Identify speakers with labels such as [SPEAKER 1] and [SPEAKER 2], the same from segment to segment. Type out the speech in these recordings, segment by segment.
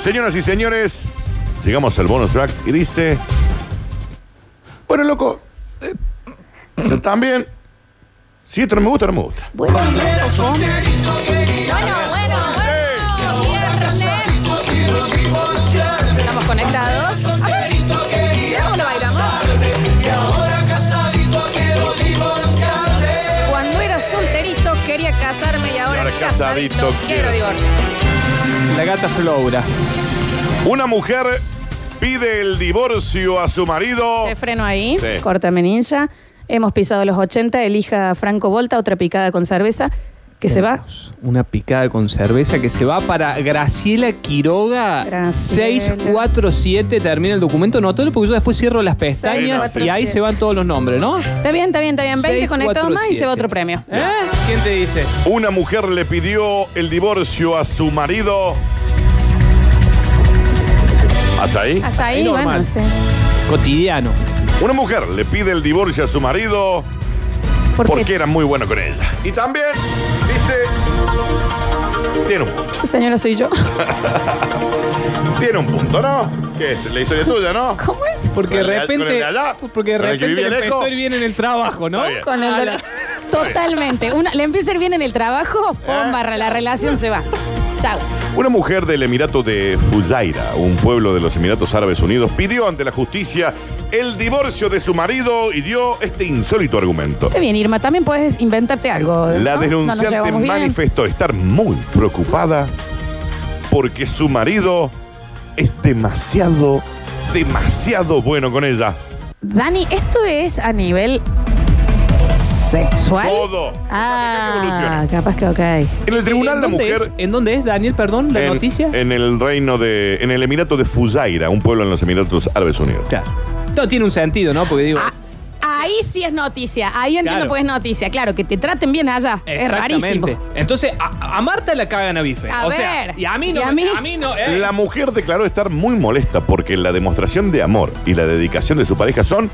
[SPEAKER 1] Señoras y señores, llegamos al bonus track y dice. Bueno, loco, eh, yo también. Si esto no me gusta, no me gusta.
[SPEAKER 2] Bueno, son-
[SPEAKER 3] Bueno, bueno, bueno. Viernes. Estamos conectados. A ver, mirá cómo lo bailamos. Cuando era solterito quería casarme y ahora,
[SPEAKER 1] Ahora
[SPEAKER 3] casadito,
[SPEAKER 1] casadito quiero.
[SPEAKER 3] quiero divorciarme.
[SPEAKER 4] La gata Flora.
[SPEAKER 1] Una mujer pide el divorcio a su marido.
[SPEAKER 3] Te freno ahí,
[SPEAKER 1] Sí.
[SPEAKER 3] córtame ninja. Hemos pisado los 80, elija Franco Volta, otra picada con cerveza, que se va.
[SPEAKER 4] Una picada con cerveza que se va para Graciela Quiroga.
[SPEAKER 3] Graciela.
[SPEAKER 4] 647. Termina el documento. Anótalo porque yo después cierro las pestañas y ahí
[SPEAKER 3] 647.
[SPEAKER 4] se van todos los nombres, ¿no?
[SPEAKER 3] Está bien, está bien, está bien. 20
[SPEAKER 4] Seis,
[SPEAKER 3] conectados
[SPEAKER 4] cuatro,
[SPEAKER 3] más y se va
[SPEAKER 4] siete.
[SPEAKER 3] otro premio.
[SPEAKER 4] ¿Eh? ¿Quién te dice?
[SPEAKER 1] Una mujer le pidió el divorcio a su marido. ¿Hasta ahí?
[SPEAKER 3] Hasta ahí,
[SPEAKER 4] Ahí
[SPEAKER 3] bueno,
[SPEAKER 4] normal.
[SPEAKER 3] sí.
[SPEAKER 4] Cotidiano.
[SPEAKER 1] Una mujer le pide el divorcio a su marido
[SPEAKER 3] ¿Por
[SPEAKER 1] porque
[SPEAKER 3] qué?
[SPEAKER 1] era muy bueno con ella. Y también dice. Tiene un punto.
[SPEAKER 3] Señora, soy yo.
[SPEAKER 1] Tiene un punto, ¿no? Que es la historia tuya, ¿no?
[SPEAKER 3] ¿Cómo es?
[SPEAKER 4] Porque de
[SPEAKER 1] Con el de- con el
[SPEAKER 4] repente.
[SPEAKER 1] de allá.
[SPEAKER 4] Porque de
[SPEAKER 1] Con el que
[SPEAKER 4] repente
[SPEAKER 1] vivía
[SPEAKER 4] le empezó
[SPEAKER 1] lejos.
[SPEAKER 4] a ir bien en el trabajo, ¿no?
[SPEAKER 1] Está bien.
[SPEAKER 3] Con el
[SPEAKER 4] Ah,
[SPEAKER 3] dolor.
[SPEAKER 4] la-
[SPEAKER 3] Totalmente. Una, le empieza a ir bien en el trabajo, pum,
[SPEAKER 4] Ah,
[SPEAKER 1] ¿Eh?
[SPEAKER 3] barra, la relación se va. Chau.
[SPEAKER 1] Una mujer del Emirato de Fujairah, un pueblo de los Emiratos Árabes Unidos, pidió ante la justicia el divorcio de su marido y dio este insólito argumento.
[SPEAKER 3] Está bien, Irma, también puedes inventarte algo. ¿no?
[SPEAKER 1] La
[SPEAKER 3] No nos
[SPEAKER 1] denunciante
[SPEAKER 3] llevamos bien.
[SPEAKER 1] manifestó estar muy preocupada porque su marido es demasiado, demasiado bueno con ella.
[SPEAKER 3] Dani, esto es a nivel sexual.
[SPEAKER 1] Todo. Está picando
[SPEAKER 3] Ah,
[SPEAKER 1] evoluciones.
[SPEAKER 3] capaz que ok.
[SPEAKER 1] En el tribunal
[SPEAKER 4] ¿En
[SPEAKER 1] la
[SPEAKER 4] dónde
[SPEAKER 1] mujer...
[SPEAKER 4] es? ¿En dónde es, Daniel, perdón, la
[SPEAKER 1] en,
[SPEAKER 4] noticia?
[SPEAKER 1] en el reino de... En el Emirato de Fujairah, un pueblo en los Emiratos Árabes Unidos.
[SPEAKER 4] Claro. No tiene un sentido, ¿no? Porque digo.
[SPEAKER 3] Ah, ahí sí es noticia. Ahí entiendo
[SPEAKER 4] Claro.
[SPEAKER 3] porque es noticia. Claro, que te traten bien allá. Es rarísimo.
[SPEAKER 4] Exactamente. Entonces, a, a Marta la cagan a bife.
[SPEAKER 3] A
[SPEAKER 4] o sea,
[SPEAKER 3] ver.
[SPEAKER 4] y a mí no.
[SPEAKER 3] ¿Y a
[SPEAKER 4] me-
[SPEAKER 3] mí?
[SPEAKER 4] no, eh.
[SPEAKER 1] La mujer declaró estar muy molesta porque la demostración de amor y la dedicación de su pareja son...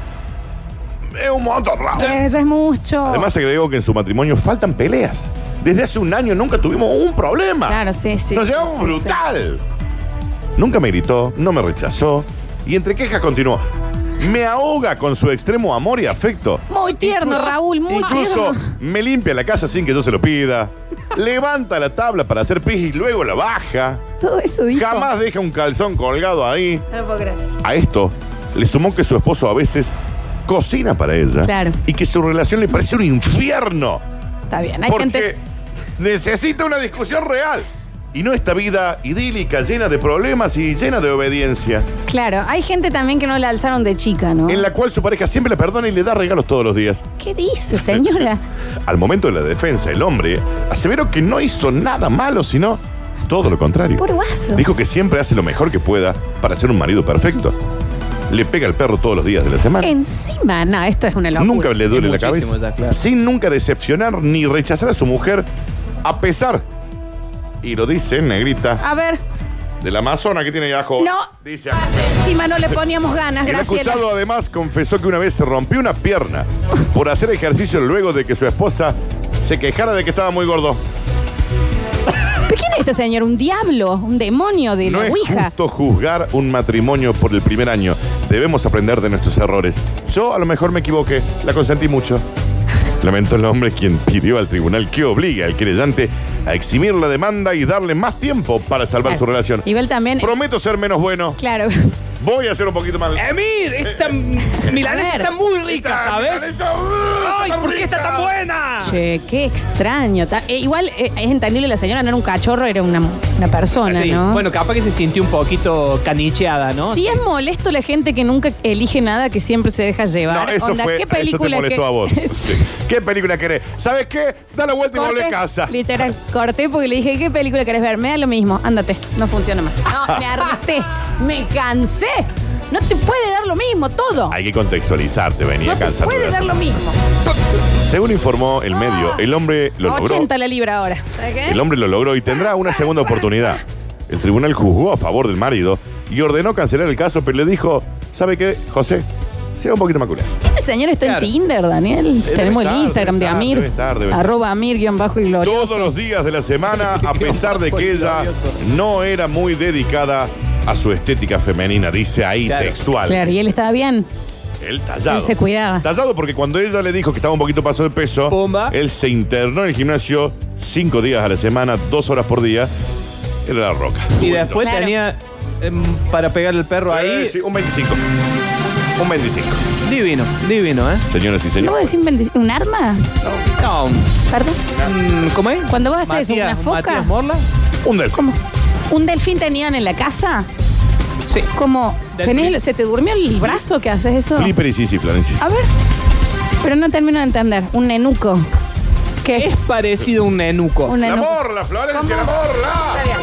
[SPEAKER 1] Es un montón raro.
[SPEAKER 3] Eso es mucho.
[SPEAKER 1] Además agregó que en su matrimonio faltan peleas. Desde hace un año nunca tuvimos un problema.
[SPEAKER 3] Claro, sí, sí.
[SPEAKER 1] Nos
[SPEAKER 3] sí,
[SPEAKER 1] llevamos
[SPEAKER 3] sí,
[SPEAKER 1] brutal. Nunca me gritó, no me rechazó. Y entre quejas continuó. Me ahoga con su extremo amor y afecto.
[SPEAKER 3] sí. Muy tierno,
[SPEAKER 1] Incluso-
[SPEAKER 3] Raúl, muy
[SPEAKER 1] Incluso
[SPEAKER 3] tierno.
[SPEAKER 1] me limpia la casa sin que yo se lo pida. Levanta la tabla para hacer pis y luego la baja.
[SPEAKER 3] Todo eso dijo.
[SPEAKER 1] Jamás deja un calzón colgado ahí.
[SPEAKER 3] No lo puedo creer.
[SPEAKER 1] A esto le sumó que su esposo a veces cocina para ella.
[SPEAKER 3] Claro.
[SPEAKER 1] Y que su relación le parece un infierno.
[SPEAKER 3] Está bien, hay
[SPEAKER 1] porque
[SPEAKER 3] gente.
[SPEAKER 1] necesita una discusión real. Y no esta vida idílica, llena de problemas y llena de obediencia,
[SPEAKER 3] Claro, hay gente también que no la alzaron de chica, ¿no?
[SPEAKER 1] en la cual su pareja siempre la perdona y le da regalos todos los días.
[SPEAKER 3] ¿Qué dice, señora?
[SPEAKER 1] Al momento de la defensa, el hombre aseveró que no hizo nada malo, sino todo lo contrario.
[SPEAKER 3] Por guaso.
[SPEAKER 1] Dijo que siempre hace lo mejor que pueda para ser un marido perfecto. Le pega al perro todos los días de la semana.
[SPEAKER 3] Encima, no, esto es una locura.
[SPEAKER 1] Nunca le duele la
[SPEAKER 4] Es muchísimo
[SPEAKER 1] cabeza.
[SPEAKER 4] ya, claro.
[SPEAKER 1] Sin nunca decepcionar ni rechazar a su mujer, a pesar, y lo dice en negrita,
[SPEAKER 3] A ver,
[SPEAKER 1] de la amazona que tiene ahí abajo.
[SPEAKER 3] no. Ah,
[SPEAKER 1] Dice acá.
[SPEAKER 3] Encima no le poníamos ganas,
[SPEAKER 1] El
[SPEAKER 3] gracias.
[SPEAKER 1] acusado además confesó que una vez se rompió una pierna por hacer ejercicio luego de que su esposa se quejara de que estaba muy gordo.
[SPEAKER 3] ¿Pero quién es este señor? ¿Un diablo? ¿Un demonio de
[SPEAKER 1] No
[SPEAKER 3] la
[SPEAKER 1] es
[SPEAKER 3] Ouija?
[SPEAKER 1] justo juzgar un matrimonio por el primer año. Debemos aprender de nuestros errores. Yo a lo mejor me equivoqué, la consentí mucho. Lamentó el hombre quien pidió al tribunal que obliga al querellante a eximir la demanda y darle más tiempo para salvar su relación.
[SPEAKER 3] Ah, Igual también.
[SPEAKER 1] Prometo ser menos bueno.
[SPEAKER 3] Claro.
[SPEAKER 1] Voy a ser un poquito más.
[SPEAKER 4] Emir, esta
[SPEAKER 3] A
[SPEAKER 4] milanesa
[SPEAKER 3] ver.
[SPEAKER 4] está muy rica,
[SPEAKER 1] Esta
[SPEAKER 4] ¿sabes?
[SPEAKER 1] milanesa, uh,
[SPEAKER 4] ¡Ay,
[SPEAKER 1] está
[SPEAKER 4] por qué está tan
[SPEAKER 1] rica.
[SPEAKER 4] buena!
[SPEAKER 3] Che, qué extraño. Ta- eh, igual eh, es entendible la señora, no era un cachorro, era una, una persona,
[SPEAKER 4] Sí,
[SPEAKER 3] ¿no?
[SPEAKER 4] Bueno, capaz que se sintió un poquito canicheada, ¿no?
[SPEAKER 3] Sí es molesto la gente que nunca elige nada, que siempre se deja llevar.
[SPEAKER 1] No, eso
[SPEAKER 3] Onda,
[SPEAKER 1] fue.
[SPEAKER 3] ¿qué
[SPEAKER 1] eso te
[SPEAKER 3] película
[SPEAKER 1] molestó
[SPEAKER 3] que-
[SPEAKER 1] a vos.
[SPEAKER 3] Sí.
[SPEAKER 1] Sí. ¿Qué película querés? ¿Sabes qué? Da la vuelta y
[SPEAKER 3] Corté,
[SPEAKER 1] volvé a casa.
[SPEAKER 3] Literal, corté porque le dije, ¿qué película querés ver? Me da lo mismo, ándate, no funciona más. No, me harté, me cansé. No te puede dar lo mismo todo.
[SPEAKER 1] Hay que contextualizarte, venía
[SPEAKER 3] no te
[SPEAKER 1] cansado.
[SPEAKER 3] puede dar lo mismo.
[SPEAKER 1] Según informó el medio, el hombre lo
[SPEAKER 3] 80
[SPEAKER 1] logró.
[SPEAKER 3] la libra ahora. ¿Sabes qué?
[SPEAKER 1] El hombre lo logró y tendrá una segunda oportunidad. El tribunal juzgó a favor del marido y ordenó cancelar el caso, pero le dijo, ¿sabe qué, José? sea un poquito más culero.
[SPEAKER 3] Este señor está
[SPEAKER 4] Claro.
[SPEAKER 3] en Tinder, Daniel.
[SPEAKER 1] debe
[SPEAKER 3] Tenemos
[SPEAKER 1] estar,
[SPEAKER 3] el Instagram
[SPEAKER 1] debe
[SPEAKER 3] de
[SPEAKER 1] estar,
[SPEAKER 3] Amir.
[SPEAKER 1] debe estar, debe estar.
[SPEAKER 3] arroba Amir guión bajo y glorioso.
[SPEAKER 1] Todos los días de la semana, a pesar de que ella no era muy dedicada a su estética femenina, dice ahí
[SPEAKER 4] Claro.
[SPEAKER 1] textual.
[SPEAKER 3] Claro, y él estaba bien.
[SPEAKER 1] Él tallado.
[SPEAKER 3] Él se cuidaba.
[SPEAKER 1] Tallado porque cuando ella le dijo que estaba un poquito paso de peso,
[SPEAKER 4] Pumba.
[SPEAKER 1] él se internó en el gimnasio cinco días a la semana, dos horas por día. Era la roca.
[SPEAKER 4] Y después
[SPEAKER 3] Claro.
[SPEAKER 4] tenía em, para pegarle el perro ahí.
[SPEAKER 1] Eh, sí, un 25. Un 25.
[SPEAKER 4] Divino, divino, ¿eh?
[SPEAKER 1] Señoras y
[SPEAKER 3] ¿No
[SPEAKER 1] señores.
[SPEAKER 3] vas a decir un bendic- un arma?
[SPEAKER 4] No.
[SPEAKER 3] ¿Perdón?
[SPEAKER 4] mm, ¿Cómo es?
[SPEAKER 3] Cuando vos haces eso,
[SPEAKER 4] Matías-
[SPEAKER 3] ¿una foca?
[SPEAKER 4] Matías Morla.
[SPEAKER 1] Un delfín.
[SPEAKER 3] ¿Cómo? ¿Un delfín tenían en la casa?
[SPEAKER 4] Sí.
[SPEAKER 3] ¿Cómo?
[SPEAKER 4] Delfín.
[SPEAKER 3] ¿Tenés el- ¿Se te durmió el brazo que haces eso?
[SPEAKER 1] Flipper y Sisi, Florencia.
[SPEAKER 3] A ver. Pero no termino de entender. Un nenuco. ¿Qué?
[SPEAKER 4] Es parecido a un nenuco.
[SPEAKER 3] Un
[SPEAKER 1] La
[SPEAKER 3] nenuco.
[SPEAKER 1] morla, Florencia, la
[SPEAKER 3] ¿Cómo?
[SPEAKER 1] morla.